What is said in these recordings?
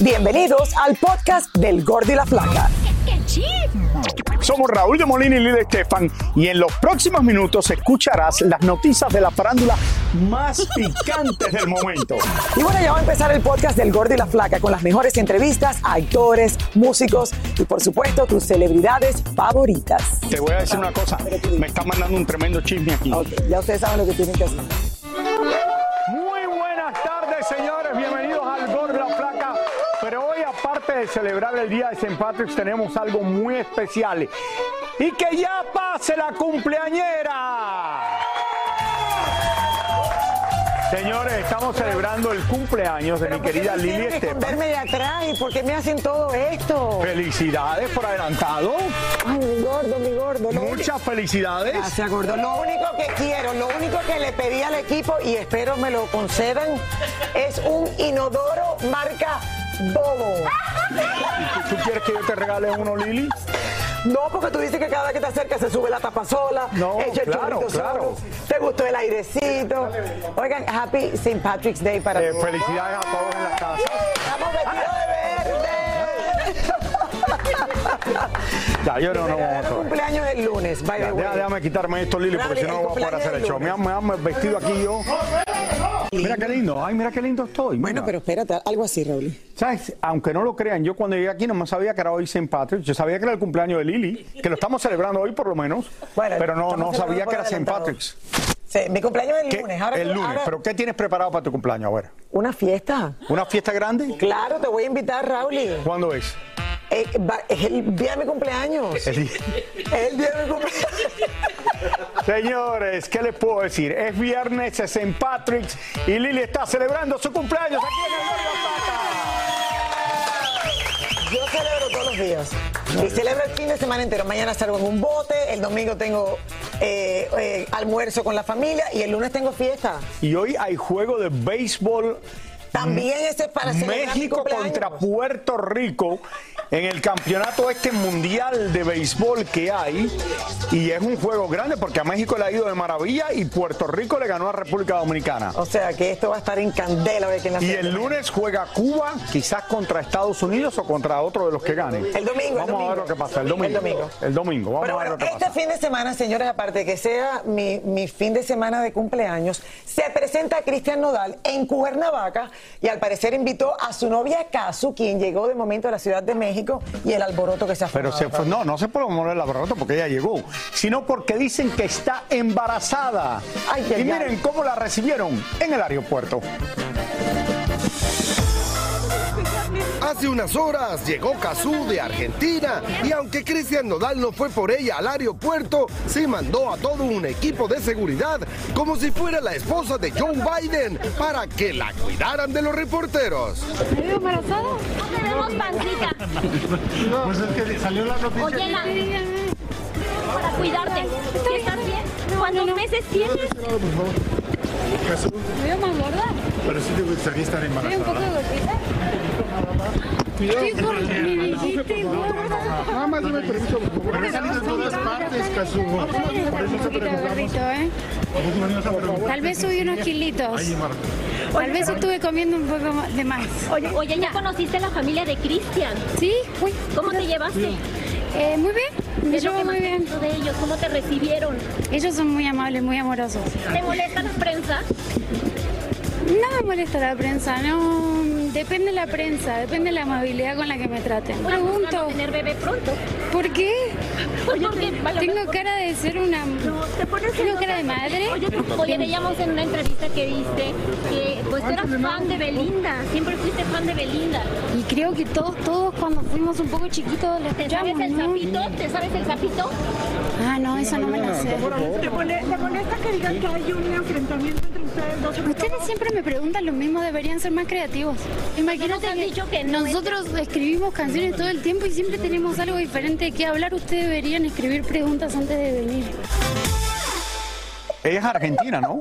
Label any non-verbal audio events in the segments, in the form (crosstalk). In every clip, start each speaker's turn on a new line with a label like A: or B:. A: Bienvenidos al podcast del Gordi y la Flaca.
B: Somos Raúl de Molina y Lidia Estefan y en los próximos minutos escucharás las noticias de la farándula
A: (laughs)
B: más picantes del momento.
A: Y bueno, ya va a empezar el podcast del Gordi y la Flaca con las mejores entrevistas a actores, músicos y por supuesto tus celebridades favoritas.
B: Te voy a decir una cosa, me está mandando un tremendo chisme aquí.
A: Ok, ya ustedes saben lo que tienen que hacer.
B: Muy buenas tardes, señores. Bienvenidos al Gol de la Flaca. Pero hoy, aparte de celebrar el Día de St. Patrick's, tenemos algo muy especial. Y que ya pase la cumpleañera. Señores, estamos celebrando el cumpleaños de mi querida Lili Estepan.
A: de atrás y por qué me hacen todo esto?
B: Felicidades por adelantado.
A: Ay, mi gordo, mi gordo. lo único-
B: Muchas felicidades.
A: Gracias, gordo. Lo único que quiero, lo único que le pedí al equipo y espero me lo concedan es un inodoro marca Bobo.
B: ¿Tú quieres que yo te regale uno, Lili?
A: No, porque tú dices que cada vez que te acercas se sube la tapa sola.
B: No,
A: echa el
B: claro,
A: chorrito solo.
B: claro.
A: Te gustó el airecito. Oigan, Happy St. Patrick's Day para
B: Eh,
A: todos.
B: felicidades a todos en la casa.
A: Estamos vestidos de verde.
B: Ya, yo no, no vamos a
A: Era
B: correr.
A: cumpleaños el lunes, by the
B: Ya,
A: way.
B: deja- déjame quitarme esto, Lili, porque
A: Dale,
B: si no no voy a poder
A: cumpleaños
B: hacer el
A: del
B: show. Me
A: lunes.
B: han, me han vestido aquí yo. Mira qué lindo. Ay, mira qué lindo estoy.
A: Bueno,
B: Mira.
A: pero espérate, algo así, Raúl.
B: ¿Sabes? Aunque no lo crean, yo cuando llegué aquí no me sabía que era hoy St. Patrick. Yo sabía que era el cumpleaños de Lili, que lo estamos celebrando hoy por lo menos.
A: Bueno,
B: pero no, no
A: estamos
B: sabía que era St.
A: celebrando por
B: Patrick's.
A: Sí, mi cumpleaños es el
B: ¿Qué?
A: lunes. Ahora,
B: el lunes.
A: ahora-
B: ¿Pero qué tienes preparado para tu cumpleaños? A ver.
A: ¿Una fiesta?
B: ¿Una fiesta grande?
A: Claro, te voy a invitar, Raúl. Eh,
B: ¿Cuándo es?
A: va- es el día de mi cumpleaños.
B: El día-
A: Es el día de mi cumpleaños.
B: Señores, ¿qué les puedo decir? Es viernes, es St. Patrick's y Lili está celebrando su cumpleaños aquí en el Gordo
A: Yo celebro todos los días. Y celebro el fin de semana entero. Mañana salgo en un bote, el domingo tengo eh, eh, almuerzo con la familia y el lunes tengo fiesta.
B: Y hoy hay juego de béisbol
A: También ese es para celebrar mi
B: México
A: cumpleaños.
B: contra Puerto Rico en el campeonato este mundial de béisbol que hay. Y es un juego grande porque a México le ha ido de maravilla y Puerto Rico le ganó a República Dominicana.
A: O sea que esto va a estar en candela. a ver quién la
B: Y
A: celebra.
B: el lunes juega Cuba, quizás contra Estados Unidos o contra otro de los que ganen.
A: El domingo, el
B: Vamos a ver
A: domingo.
B: lo que pasa. El
A: El
B: domingo.
A: domingo.
B: El domingo, Vamos
A: Pero
B: a ver
A: bueno,
B: lo que
A: este
B: pasa.
A: fin de semana, señores, aparte de que sea mi, mi fin de semana de cumpleaños, se presenta Cristian Nodal en Cuernavaca y al parecer invitó a su novia Casu, quien llegó de momento a la Ciudad de México y el alboroto que se ha
B: Pero se
A: formado.
B: fue, no, no se por el laboratorio porque ella llegó, sino porque dicen que está embarazada.
A: Ay,
B: y
A: ay,
B: miren
A: ay.
B: cómo la recibieron en el aeropuerto.
C: Hace unas horas llegó Cazú de Argentina y aunque Cristian Nodal no fue por ella al aeropuerto, se mandó a todo un equipo de seguridad como si fuera la esposa de Joe Biden para que la cuidaran de los reporteros.
D: ¿Me veo embarazada?
E: No tenemos pancita.
F: Pues es que salió la noticia.
E: Oye, Ana, para cuidarte. ¿Estás bien? ¿Cuántos meses tienes?
D: ¿Me veo más gorda?
F: Pero sí te gustaría estar
D: ¿Me veo un poco
F: embarazada.
D: gordita? Sí, gorda, me dijiste gorda.
F: Nada más dime permiso, por favor. Pero he salido en todas partes, Kazugo. Por
D: Un
F: eso te
D: poquito
F: preguntamos.
D: gordito, ¿eh?
F: Por eso venimos a preguntar.
D: Tal vez subí unos kilitos.
F: Ay, Marta.
D: Tal vez estuve comiendo un poco más- de más.
E: Oye, oye, ya conociste a la familia de Cristian.
D: ¿Sí? Uy.
E: ¿Cómo te llevaste?
D: Eh, muy bien. Me
E: Es lo que
D: llevo
E: más
D: muy
E: te
D: bien.
E: gustó de ellos, cómo te recibieron.
D: Ellos son muy amables, muy amorosos.
E: ¿Te molesta la prensa?
D: No me molesta la prensa, no. Depende la prensa, depende la amabilidad con la que me traten.
E: Estás buscando
D: Pregunto,
E: tener bebé pronto.
D: ¿por qué?
E: Oye, porque a lo
D: Tengo
E: mejor-
D: cara de ser una.
E: No, te pones
D: Tengo cara de
E: celosa.
D: madre.
E: Oye, pues,
D: (laughs)
E: oye, veíamos en una entrevista que diste que pues tú eras fan de Belinda. Siempre fuiste fan de Belinda.
D: Y creo que todos, todos cuando fuimos un poco chiquitos, la
E: ¿Te sabes
D: escuchamos,
E: el
D: ¿no?
E: sapito? ¿Te sabes el sapito?
D: Ah, no, eso no me lo sé.
G: ¿Te, mole- te molesta que digan que hay un enfrentamiento entre ustedes dos? sobre
D: Ustedes siempre me preguntan lo mismo, deberían ser más creativos. Imagínate
E: Nosotros han dicho que no es-
D: nosotros escribimos canciones todo el tiempo y siempre tenemos algo diferente que hablar. Ustedes deberían escribir preguntas antes de venir.
B: Ella es argentina,
A: (laughs)
B: ¿no?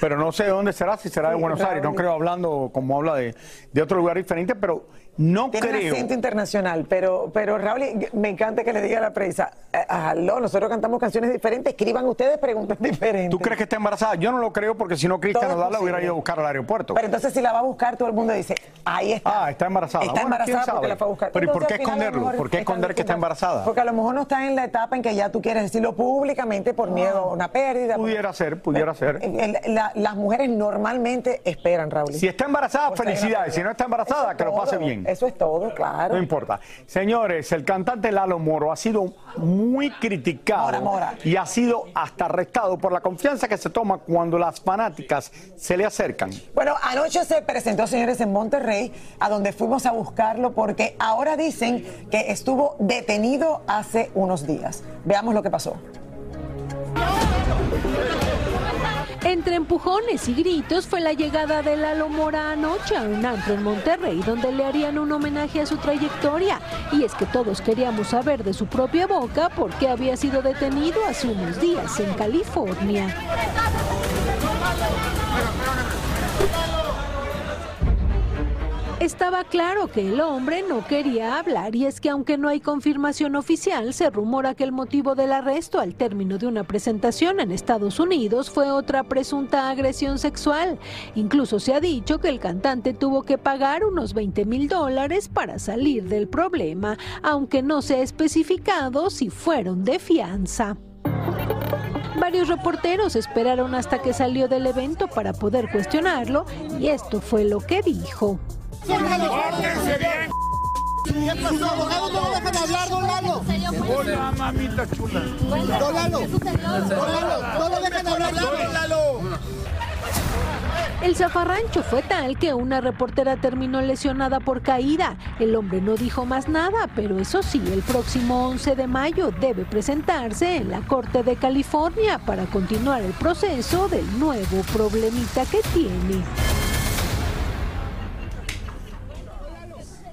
B: Pero no sé de dónde será, si será de
A: Sí,
B: Buenos Aires. No
A: probablemente.
B: creo hablando como habla de, de otro lugar diferente, pero no
A: Tiene un
B: creo.
A: acento internacional, pero, pero Raúl, me encanta que le diga a la prensa, eh, aló, nosotros cantamos canciones diferentes, escriban ustedes preguntas (laughs) diferentes.
B: ¿Tú crees que está embarazada? Yo no lo creo porque si no, Cristian
A: Todo es
B: Nodal la hubiera
A: posible.
B: ido a buscar al aeropuerto.
A: Pero entonces si la va a buscar, todo el mundo dice, ahí está.
B: Ah, está embarazada.
A: Está
B: Bueno,
A: embarazada
B: ¿quién sabe?
A: porque la fue a buscar.
B: Pero, ¿y por
A: Entonces,
B: qué
A: al final, a lo
B: esconderlo?
A: mejor
B: ¿Por qué
A: están
B: esconder que está
A: diciendo-
B: embarazada?
A: Porque a lo mejor no está en la etapa en que ya tú quieres decirlo públicamente por miedo a una pérdida.
B: Pudiera ser, pudiera ser.
A: El- el- la- las mujeres normalmente esperan, Raúl.
B: Si está embarazada,
A: Pues hay una
B: felicidades. Si no está
A: Eso
B: embarazada,
A: es
B: que lo pase
A: todo,
B: bien.
A: Eso es todo, claro.
B: No importa. Señores, el cantante Lalo Moro ha sido muy criticado
A: Mora, Mora.
B: y ha sido hasta arrestado por la confianza que se toma cuando las fanáticas se le acercan.
A: Bueno, anoche se presentó, señores, en Monterrey, a donde fuimos a buscarlo porque ahora dicen que estuvo detenido hace unos días. Veamos lo que pasó.
H: Entre empujones y gritos fue la llegada de Lalo Mora anoche a un antro en Monterrey, donde le harían un homenaje a su trayectoria. Y es que todos queríamos saber de su propia boca por qué había sido detenido hace unos días en California. Estaba claro que el hombre no quería hablar y es que aunque no hay confirmación oficial, se rumora que el motivo del arresto al término de una presentación en Estados Unidos fue otra presunta agresión sexual. Incluso se ha dicho que el cantante tuvo que pagar unos 20 mil dólares para salir del problema, aunque no se ha especificado si fueron de fianza. Varios reporteros esperaron hasta que salió del evento para poder cuestionarlo y esto fue lo que dijo.
I: ¿Qué pasó, abogado? No lo dejan hablar, don Lalo.
F: Hola, mamita chula.
I: Don Lalo, don Lalo, no lo dejan hablar, Lalo.
H: El zafarrancho fue tal que una reportera terminó lesionada por caída. El hombre no dijo más nada, pero eso sí, el próximo 11 de mayo debe presentarse en la Corte de California para continuar el proceso del nuevo problemita que tiene.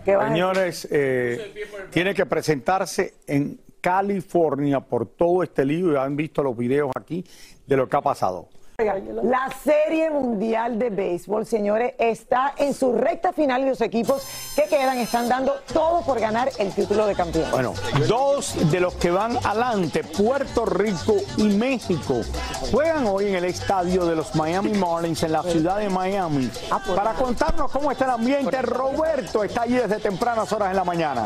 A: ¿Qué vas a decir?
B: Señores, eh, tiene que presentarse en California por todo este lío. Ya han visto los videos aquí de lo que ha pasado.
A: Oiga, La Serie Mundial de Béisbol, señores, está en su recta final y los equipos que quedan están dando todo por ganar el título de campeón.
B: Bueno, dos de los que van adelante, Puerto Rico y México, juegan hoy en el estadio de los Miami Marlins en la ciudad de Miami. Para contarnos cómo está el ambiente, Roberto está allí desde tempranas horas en la mañana.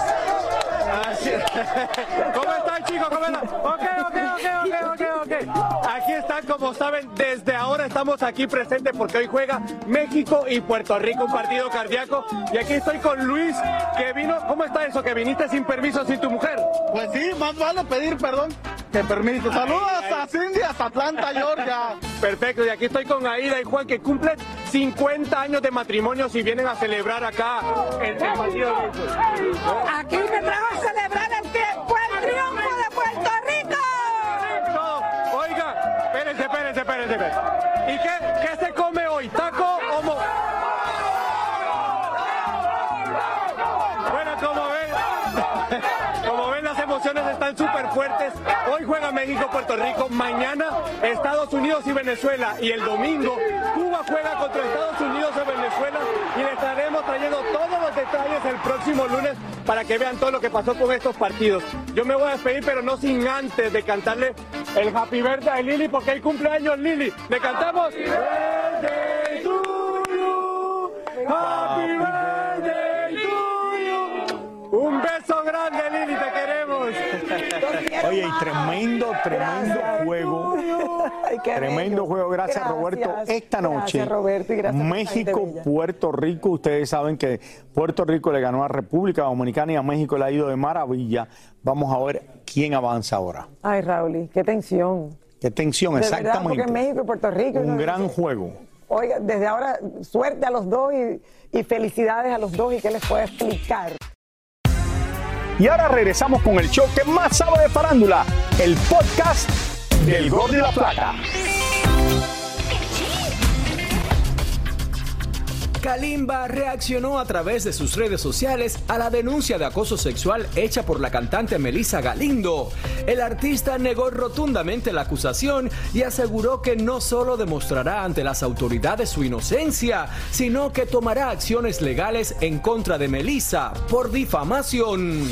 J: (laughs) ¿Cómo están chicos? ¿Cómo están? Ok, ok, ok, ok, ok, ok. Aquí están, como saben, desde ahora estamos aquí presentes porque hoy juega México y Puerto Rico, un partido cardíaco. Y aquí estoy con Luis, que vino, ¿cómo está eso? Que viniste sin permiso, sin tu mujer.
F: Pues sí, más vale pedir perdón que permiso. Saludos a Cindy, hasta Atlanta, Georgia.
J: Perfecto, y aquí estoy con Aida y Juan, que cumplen 50 años de matrimonio si vienen a celebrar acá el el partido. de béisbol.
G: Aquí me trajo a celebrar el, triunfo de Puerto Rico.
J: No, Oiga, espérense, espérense, espérense. espérense. ¿Y qué, qué se come hoy? ¿Taco o mo? Bueno, como ven, como ven, las emociones están súper fuertes. Hoy juega México, Puerto Rico. Mañana, Estados Unidos y Venezuela. Y el domingo, Cuba juega contra Estados Unidos o Venezuela. Y les estaremos trayendo todos los detalles el próximo lunes para que vean todo lo que pasó con estos partidos. Yo me voy a despedir, pero no sin antes de cantarle el Happy Birthday a Lili, porque hay cumpleaños Lili. ¿Le cantamos? Birthday to you. Happy birthday to you. Un beso grande, Lili, te queremos.
B: Oye, y tremendo, tremendo
A: Gracias,
B: juego.
A: Ay, qué
B: Tremendo
A: bello.
B: juego, gracias, Roberto. Esta noche,
A: Gracias, Roberto, y gracias por esta gente
B: México,
A: bella.
B: Puerto Rico, ustedes saben que Puerto Rico le ganó a República Dominicana y a México le ha ido de maravilla. Vamos a ver quién avanza ahora.
A: Ay, Raúl, qué tensión.
B: Qué tensión,
A: De verdad,
B: exactamente.
A: porque México y Puerto Rico,
B: Un
A: ¿no?
B: gran juego.
A: Oiga, desde ahora, suerte a los dos y, y felicidades a los dos y qué les puedo explicar.
B: Y ahora regresamos con el show que más sabe de farándula, el podcast del Gol de la Plata.
K: Kalimba reaccionó a través de sus redes sociales a la denuncia de acoso sexual hecha por la cantante Melissa Galindo. El artista negó rotundamente la acusación y aseguró que no solo demostrará ante las autoridades su inocencia, sino que tomará acciones legales en contra de Melissa por difamación.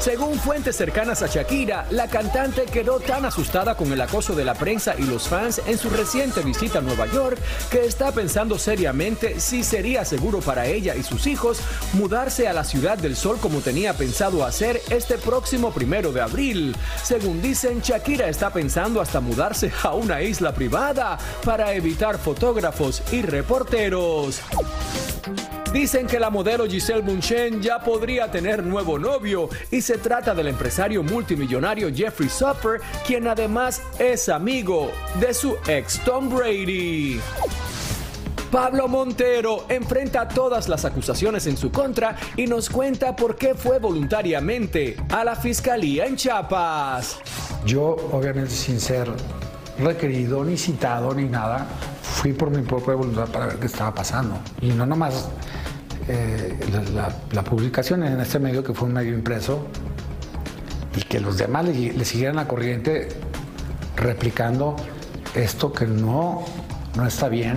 K: Según fuentes cercanas a Shakira, la cantante quedó tan asustada con el acoso de la prensa y los fans en su reciente visita a Nueva York que está pensando seriamente si sería seguro para ella y sus hijos mudarse a la Ciudad del Sol como tenía pensado hacer este próximo primero de abril. Según dicen, Shakira está pensando hasta mudarse a una isla privada para evitar fotógrafos y reporteros. Dicen que la modelo Giselle Bunchen ya podría tener nuevo novio y se trata del empresario multimillonario Jeffrey Supper, quien además es amigo de su ex Tom Brady. Pablo Montero enfrenta todas las acusaciones en su contra y nos cuenta por qué fue voluntariamente a la fiscalía en Chiapas.
L: Yo, obviamente, sin ser requerido, ni citado, ni nada, fui por mi propia voluntad para ver qué estaba pasando. Y no nomás eh, la, la- la publicación en este medio, que fue un medio impreso, y que los demás le, le siguieran la corriente replicando esto que no, no está bien.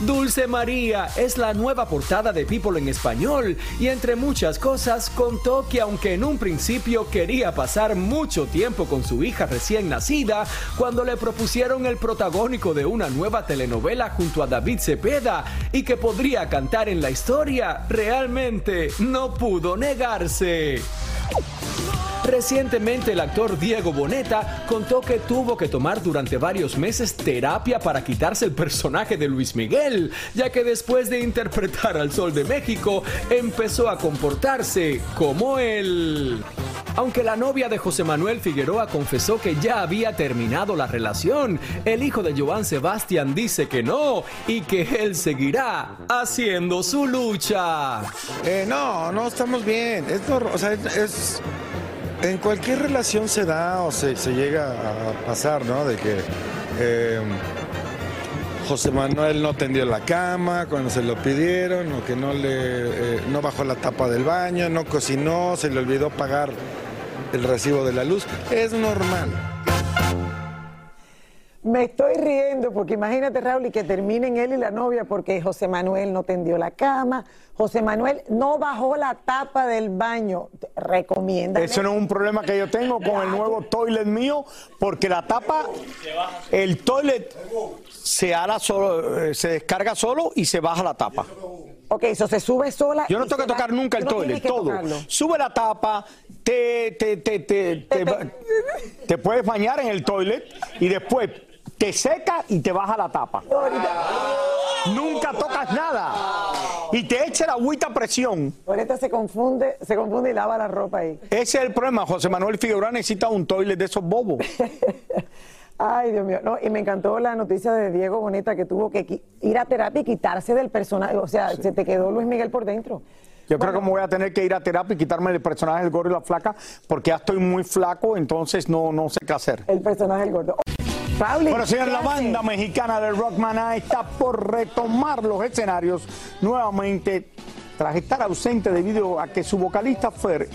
K: Dulce María es la nueva portada de People en español y entre muchas cosas contó que aunque en un principio quería pasar mucho tiempo con su hija recién nacida, cuando le propusieron el protagónico de una nueva telenovela junto a David Cepeda y que podría cantar en la historia, realmente no pudo negarse. Recientemente el actor Diego Boneta contó que tuvo que tomar durante varios meses terapia para quitarse el personaje de Luis Miguel, ya que después de interpretar al Sol de México empezó a comportarse como él. Aunque la novia de José Manuel Figueroa confesó que ya había terminado la relación, el hijo de Joan Sebastián dice que no y que él seguirá haciendo su lucha.
M: Eh, no, no estamos bien. Es, nor- o sea, es- es- en cualquier relación se da o se, se llega a pasar, ¿no? De que eh, José Manuel no tendió la cama cuando se lo pidieron, o que no le eh, no bajó la tapa del baño, no cocinó, se le olvidó pagar el recibo de la luz. Es normal.
A: Me estoy riendo porque imagínate, Raúl, y que terminen él y la novia porque José Manuel no tendió la cama, José Manuel no bajó la tapa del baño. Recomienda.
B: Eso no es un problema que yo tengo con el nuevo toilet mío, porque la tapa, el toilet se hará solo, eh, se descarga solo y se baja la tapa.
A: Ok, eso se sube sola.
B: Yo no
A: y
B: tengo
A: se
B: que tocar
A: va-
B: nunca el
A: tú no
B: toilet,
A: tienes que
B: todo.
A: tocarlo.
B: Sube la tapa, te, te, te, te, te ba- te puedes bañar en el toilet y después te seca y te baja la tapa. Nunca tocas nada. Y te echa la agüita a presión.
A: Ahorita se confunde, se confunde y lava la ropa ahí.
B: Ese es el problema. José Manuel Figueroa necesita un toilet de esos bobos.
A: Ay, Dios mío. No, y me encantó la noticia de Diego Boneta que tuvo que qui- ir a terapia y quitarse del personaje. O sea, se te quedó Luis Miguel por dentro.
B: Yo creo que me voy a tener que ir a terapia y quitarme el personaje del gordo y la flaca, porque ya estoy muy flaco, entonces no, no sé qué hacer.
A: El personaje del gordo. Pauli,
B: bueno, señor,
A: ¿qué
B: la
A: hace?
B: banda mexicana de Rockman está por retomar los escenarios nuevamente tras estar ausente debido a que su vocalista Fer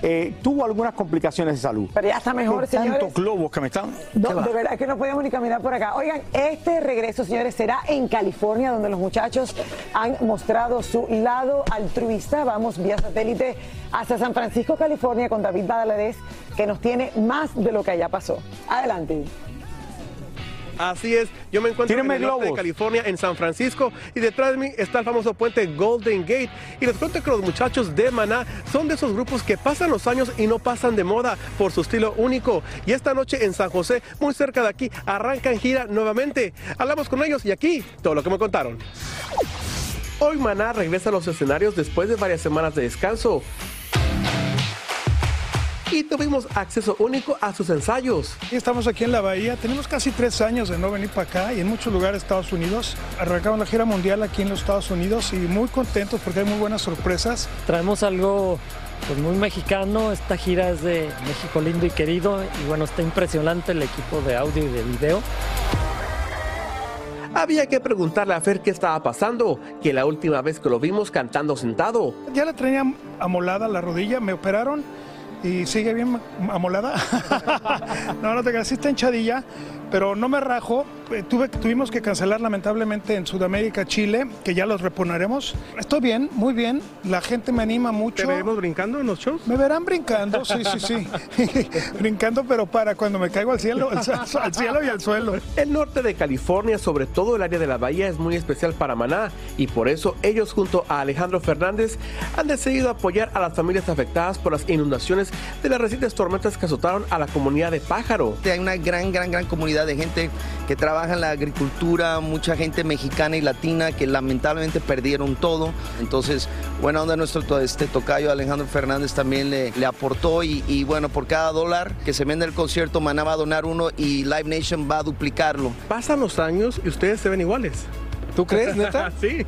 B: eh, tuvo algunas complicaciones de salud.
A: Pero ya está mejor,
B: Hay Tantos
A: señores.
B: globos que me están.
A: No,
B: ¿Qué va?
A: de verdad que no podemos ni caminar por acá. Oigan, este regreso, señores, será en California, donde los muchachos han mostrado su lado altruista. Vamos vía satélite hasta San Francisco, California, con David Badalades, que nos tiene más de lo que allá pasó. Adelante.
N: Así es, yo me encuentro en
B: Tíreme
N: el norte de
B: globos.
N: California, en San Francisco, y detrás de mí está el famoso puente Golden Gate. Y les cuento que los muchachos de Maná son de esos grupos que pasan los años y no pasan de moda por su estilo único. Y esta noche en San José, muy cerca de aquí, arrancan gira nuevamente. Hablamos con ellos y aquí todo lo que me contaron. Hoy Maná regresa a los escenarios después de varias semanas de descanso. Y tuvimos acceso único a sus ensayos.
O: Y Estamos aquí en la Bahía, tenemos casi tres años de no venir para acá y en muchos lugares de Estados Unidos. Arrancamos la gira mundial aquí en los Estados Unidos y muy contentos porque hay muy buenas sorpresas.
P: Traemos algo pues, muy mexicano, esta gira es de México lindo y querido y bueno, está impresionante el equipo de audio y de video.
N: Había que preguntarle a Fer qué estaba pasando, que la última vez que lo vimos cantando sentado.
O: Ya la tenía amolada la rodilla, me operaron y sigue bien amolada. (laughs) no, no te creas, sí está hinchadilla, pero no me rajo. Eh, Tuve, tuvimos que cancelar lamentablemente en Sudamérica, Chile, que ya los reponeremos. Estoy bien, muy bien, la gente me anima mucho.
N: ¿Te veremos brincando en los shows?
O: Me verán brincando, sí, sí, (laughs) sí. brincando, pero para cuando me caigo al cielo, (laughs) al, al cielo y al suelo.
N: El norte de California, sobre todo el área de la bahía, es muy especial para Maná y por eso ellos junto a Alejandro Fernández han decidido apoyar a las familias afectadas por las inundaciones de las recientes tormentas que azotaron a la comunidad de Pájaro.
Q: Hay una gran, gran, gran comunidad de gente que trabaja en la agricultura, mucha gente mexicana y latina que lamentablemente perdieron todo. Entonces, buena onda nuestro to- este tocayo Alejandro Fernández también le, le aportó y, y bueno, por cada dólar que se vende el concierto, Maná va a donar uno y Live Nation va a duplicarlo.
N: Pasan los años y ustedes se ven iguales.
Q: ¿Tú crees, neta?
N: (laughs) sí.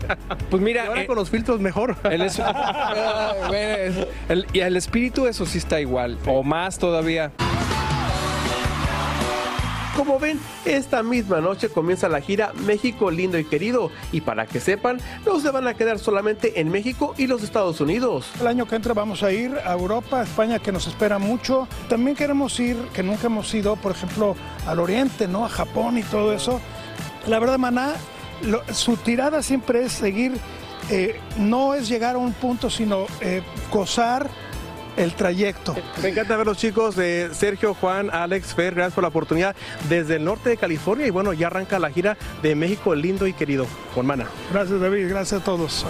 R: Pues mira, eh,
N: Con los filtros mejor.
R: el es- (laughs) Ah, bueno, es- el- y el espíritu eso sí está igual, o más todavía.
N: Como ven, esta misma noche comienza la gira México Lindo y Querido. Y para que sepan, no se van a quedar solamente en México y los Estados Unidos.
O: El año que entra vamos a ir a Europa, a España, que nos espera mucho. También queremos ir, que nunca hemos ido, por ejemplo, al Oriente, ¿no? A Japón y todo eso. La verdad, Maná, lo- su tirada siempre es seguir, eh, no es llegar a un punto, sino eh, gozar el trayecto.
N: Me encanta ver los chicos de Sergio, Juan, Alex, Fer, gracias por la oportunidad desde el norte de California y bueno, ya arranca la gira de México lindo y querido con Mana.
O: Gracias, David, gracias a todos.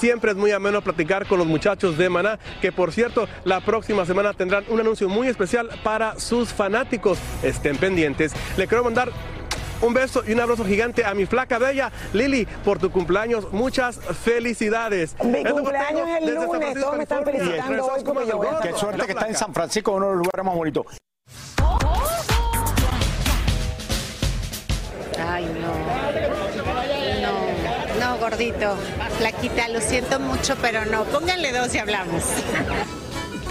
N: Siempre es muy ameno platicar con los muchachos de Maná, que por cierto, la próxima semana tendrán un anuncio muy especial para sus fanáticos. Estén pendientes. Le quiero mandar un beso y un abrazo gigante a mi flaca bella Lili por tu cumpleaños. Muchas felicidades.
A: Mi
N: Es lo que
A: cumpleaños
N: tengo
A: es el
N: desde San
A: lunes,
N: Francisco,
A: todos me están
N: California.
A: felicitando hoy como yo. voy a
B: Qué
A: estar-
B: suerte que está en San Francisco, uno de los lugares más bonitos.
S: Ay, no. No. No, gordito. Flaquita, lo siento mucho, pero no. Pónganle dos y hablamos.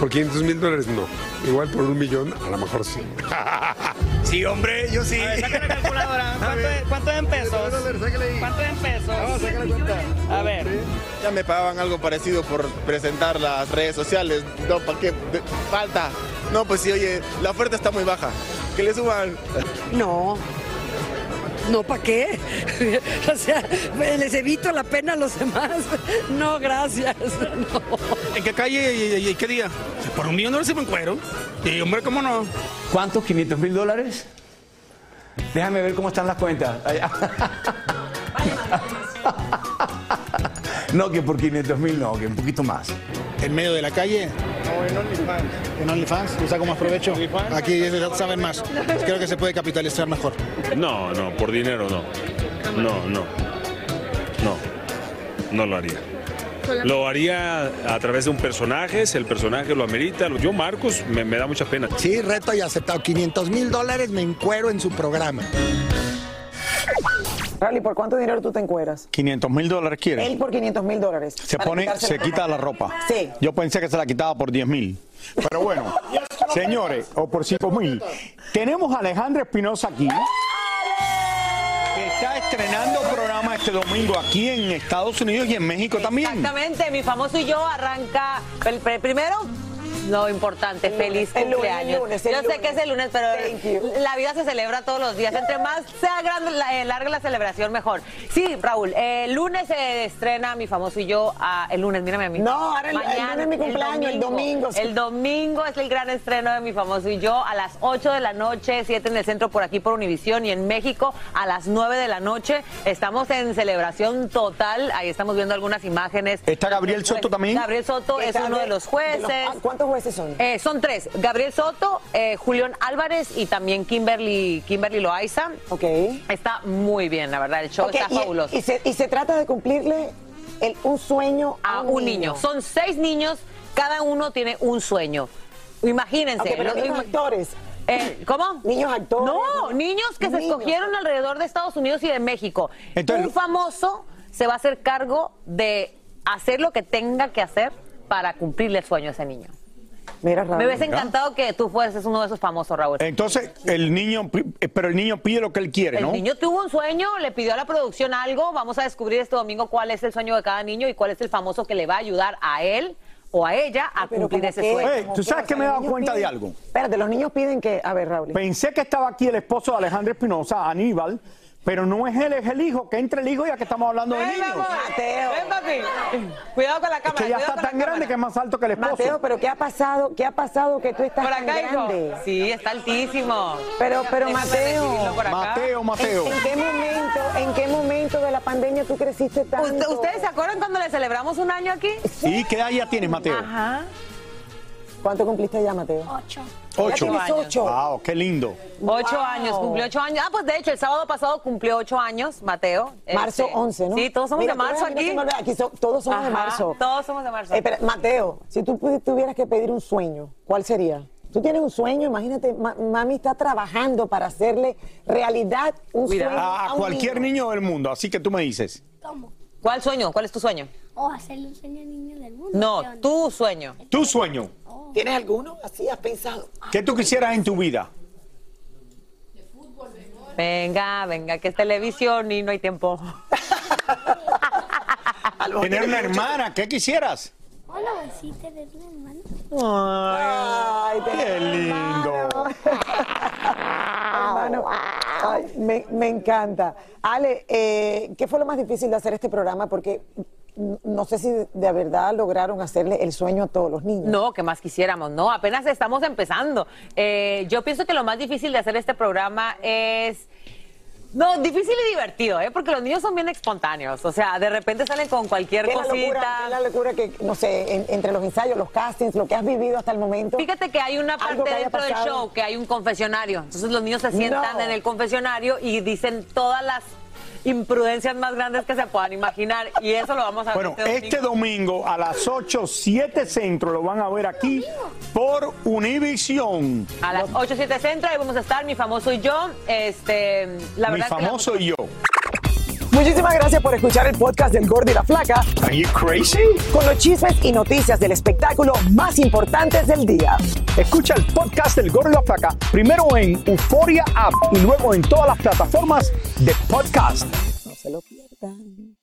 T: Por 500 mil dólares no. Igual por un millón, a lo mejor sí.
R: (laughs) Sí, hombre, yo sí.
U: la
R: (laughs)
U: calculadora. ¿Cuánto es, cuánto es en pesos? ¿Cuánto es en pesos? A ver.
F: Ya me pagaban algo parecido por presentar las redes sociales. No, ¿para qué? De- Falta. No, pues sí, oye, la oferta está muy baja. Que le suban.
V: No. No, ¿para qué? (laughs) o sea, les evito la pena a los demás. No, gracias.
R: ¿En qué calle y, qué día? Por un millón de dólares me encuero. Y hombre, ¿cómo no? ¿Cuántos? ¿500 mil dólares? Déjame ver cómo están las cuentas. Ay, ah. (laughs)
W: No, que por 500 mil no, que un poquito más. En medio de la calle, en OnlyFans, yo saco más provecho. Aquí saben más. (laughs) Creo que se puede capitalizar mejor.
X: No, no, por dinero no. No, no. No. No lo haría. Lo haría a través de un personaje, si el personaje lo amerita. Yo, Marcos, me, me da mucha pena.
I: Sí, reto y aceptado. 500 mil dólares me encuero en su programa.
A: Rally, ¿por cuánto dinero tú te encueras?
B: 500 mil dólares quiere.
A: Él por 500 mil dólares.
B: Se
A: Para
B: pone,
A: quitarse
B: se quita la ropa.
A: Sí.
B: Yo pensé que se la quitaba por 10 mil. Pero bueno, señores, o por 5 mil. Tenemos a Alejandra Espinosa aquí. que Está estrenando programa este domingo aquí en Estados Unidos y en México también.
Y: Exactamente, mi famoso y yo arranca el, el primero. No importante, feliz
A: el lunes,
Y: cumpleaños.
A: el lunes, el
Y: yo sé
A: lunes.
Y: que es el lunes, pero
A: Thank you.
Y: la vida se celebra todos los días. Entre más sea grande, la- eh, larga la celebración, mejor. Sí, Raúl, eh, el lunes se estrena mi famoso y yo. ah, el lunes, mírame a mí.
A: No, ahora el- el lunes es mi cumpleaños, el domingo.
Y: El domingo es el gran estreno de mi famoso y yo a las 8 de la noche, 7 en el centro por aquí por Univisión y en México a las 9 de la noche. Estamos en celebración total. Ahí estamos viendo algunas imágenes.
B: ¿Está Gabriel Soto también?
Y: Gabriel Soto es
A: Pues, Está
Y: uno de los jueces.
A: ah, ¿Cuántos jueces son?
Y: Eh, son tres, Gabriel Soto, eh, Julián Álvarez y también Kimberly, Kimberly Loaiza.
A: Ok.
Y: Está muy bien, la verdad, el show
A: Ok,
Y: está
A: y-
Y: fabuloso.
A: Y se, y se trata de cumplirle el- un sueño a,
Y: a un niño. Son seis niños, cada uno tiene un sueño. Imagínense.
A: Ok, pero niños
Y: actores. Eh, ¿Cómo?
A: Niños actores.
Y: No, niños que se
A: Niños.
Y: escogieron alrededor de Estados Unidos y de México. Un famoso se va a hacer cargo de hacer lo que tenga que hacer para cumplirle el sueño a ese niño.
A: Mira, Raúl.
Y: Me hubiese encantado que tú fueses uno de esos famosos, Raúl.
B: Entonces, el niño, pi- eh, pero el niño pide lo que él quiere,
Y: El
B: ¿no?
Y: niño tuvo un sueño, le pidió a la producción algo. Vamos a descubrir este domingo cuál es el sueño de cada niño y cuál es el famoso que le va a ayudar a él o a ella a cumplir ese sueño.
B: Ey, ¿Tú sabes que me he dado cuenta de algo?
A: Espérate, los niños piden que. A ver, Raúl.
B: Pensé que estaba aquí el esposo de Alejandro Espinosa, Aníbal, pero no es él, es el hijo, que entre el hijo ya que estamos hablando de niños.
A: Mateo.
Y: Ven, papi. Cuidado con la
B: Es que ya está tan grande que es más alto que el esposo.
A: Mateo, pero ¿qué ha pasado? ¿Qué ha pasado que tú estás
Y: Por
A: tan
Y: acá, hijo.
A: grande?
Y: Sí, está altísimo.
A: Pero, pero
Y: Déjame
A: Mateo,
Y: recibirlo por acá.
A: ¿en, en qué momento, en qué momento de la pandemia tú creciste tanto?
Y: ¿Usted- ¿Ustedes se acuerdan cuando le celebramos un año aquí?
B: ¿Y qué edad ya tienes, Mateo?
Y: Ajá.
A: ¿Cuánto cumpliste ya, Mateo? Ocho.
B: Ocho.
Y: Ya tienes ocho.
B: Wow, qué lindo.
Y: Ocho
A: Wow.
Y: años, cumplió ocho años. Ah, pues de hecho, el sábado pasado cumplió ocho años, Mateo.
A: Marzo
Y: Este,
A: 11, ¿no?
Y: Sí, todos somos
A: Mira,
Y: de marzo
A: todavía a mí
Y: aquí.
A: no se me olvida, aquí so- todos somos de
Y: Ajá,
A: marzo.
Y: Todos somos de marzo.
A: Eh, pero, Mateo, si tú pudi- tuvieras que pedir un sueño, ¿cuál sería? Tú tienes un sueño, imagínate, ma- mami está trabajando para hacerle realidad un sueño.
B: a,
A: un
B: cualquier niño. del mundo, así que tú me dices.
C: ¿Cómo?
Y: ¿Cuál sueño? ¿Cuál es tu sueño?
C: O hacerle un sueño al niño del mundo.
B: No,
C: ¿qué onda?
Y: Tu sueño.
B: Tu sueño,
A: ¿Tienes alguno? Así has pensado.
B: ¿qué tú quisieras en tu vida?
Y: Venga, venga, que es televisión y no hay tiempo.
B: Tener una hermana, ¿qué quisieras?
C: Hola, sí, tener un hermano.
B: Ay, qué lindo.
A: (laughs) Hermano, ay, me, me encanta. Ale, eh, ¿qué fue lo más difícil de hacer este programa? Porque n- no sé si de verdad lograron hacerle el sueño a todos los niños.
Y: No, que más quisiéramos, no, apenas estamos empezando. Eh, yo pienso que lo más difícil de hacer este programa es... No, difícil y divertido, ¿eh? porque los niños son bien espontáneos, o sea, de repente salen con cualquier
A: ¿Qué es la
Y: cosita.
A: locura, qué es la locura que, no sé, en- entre los ensayos, los castings, lo que has vivido hasta el momento?
Y: Fíjate que hay una parte
A: Algo que haya
Y: dentro del
A: pasado.
Y: show que hay un confesionario. Entonces los niños se sientan
A: No.
Y: en el confesionario y dicen todas las imprudencias más grandes que se puedan imaginar. Y eso lo vamos a ver. (laughs)
B: Bueno, este domingo a las 8, 7 centro lo van a ver aquí por Univisión.
Y: A las 8, 7 centro, ahí vamos a estar, mi famoso y yo. Este, la
B: Mi
Y: verdad es que la-
B: famoso y yo.
A: Muchísimas gracias por escuchar el podcast del Gordo y la Flaca.
B: Are you crazy?
A: Con los chismes y noticias del espectáculo más importantes del día.
B: Escucha el podcast del Gordo y la Flaca primero en Euforia App y luego en todas las plataformas de podcast.
A: No se lo pierdan.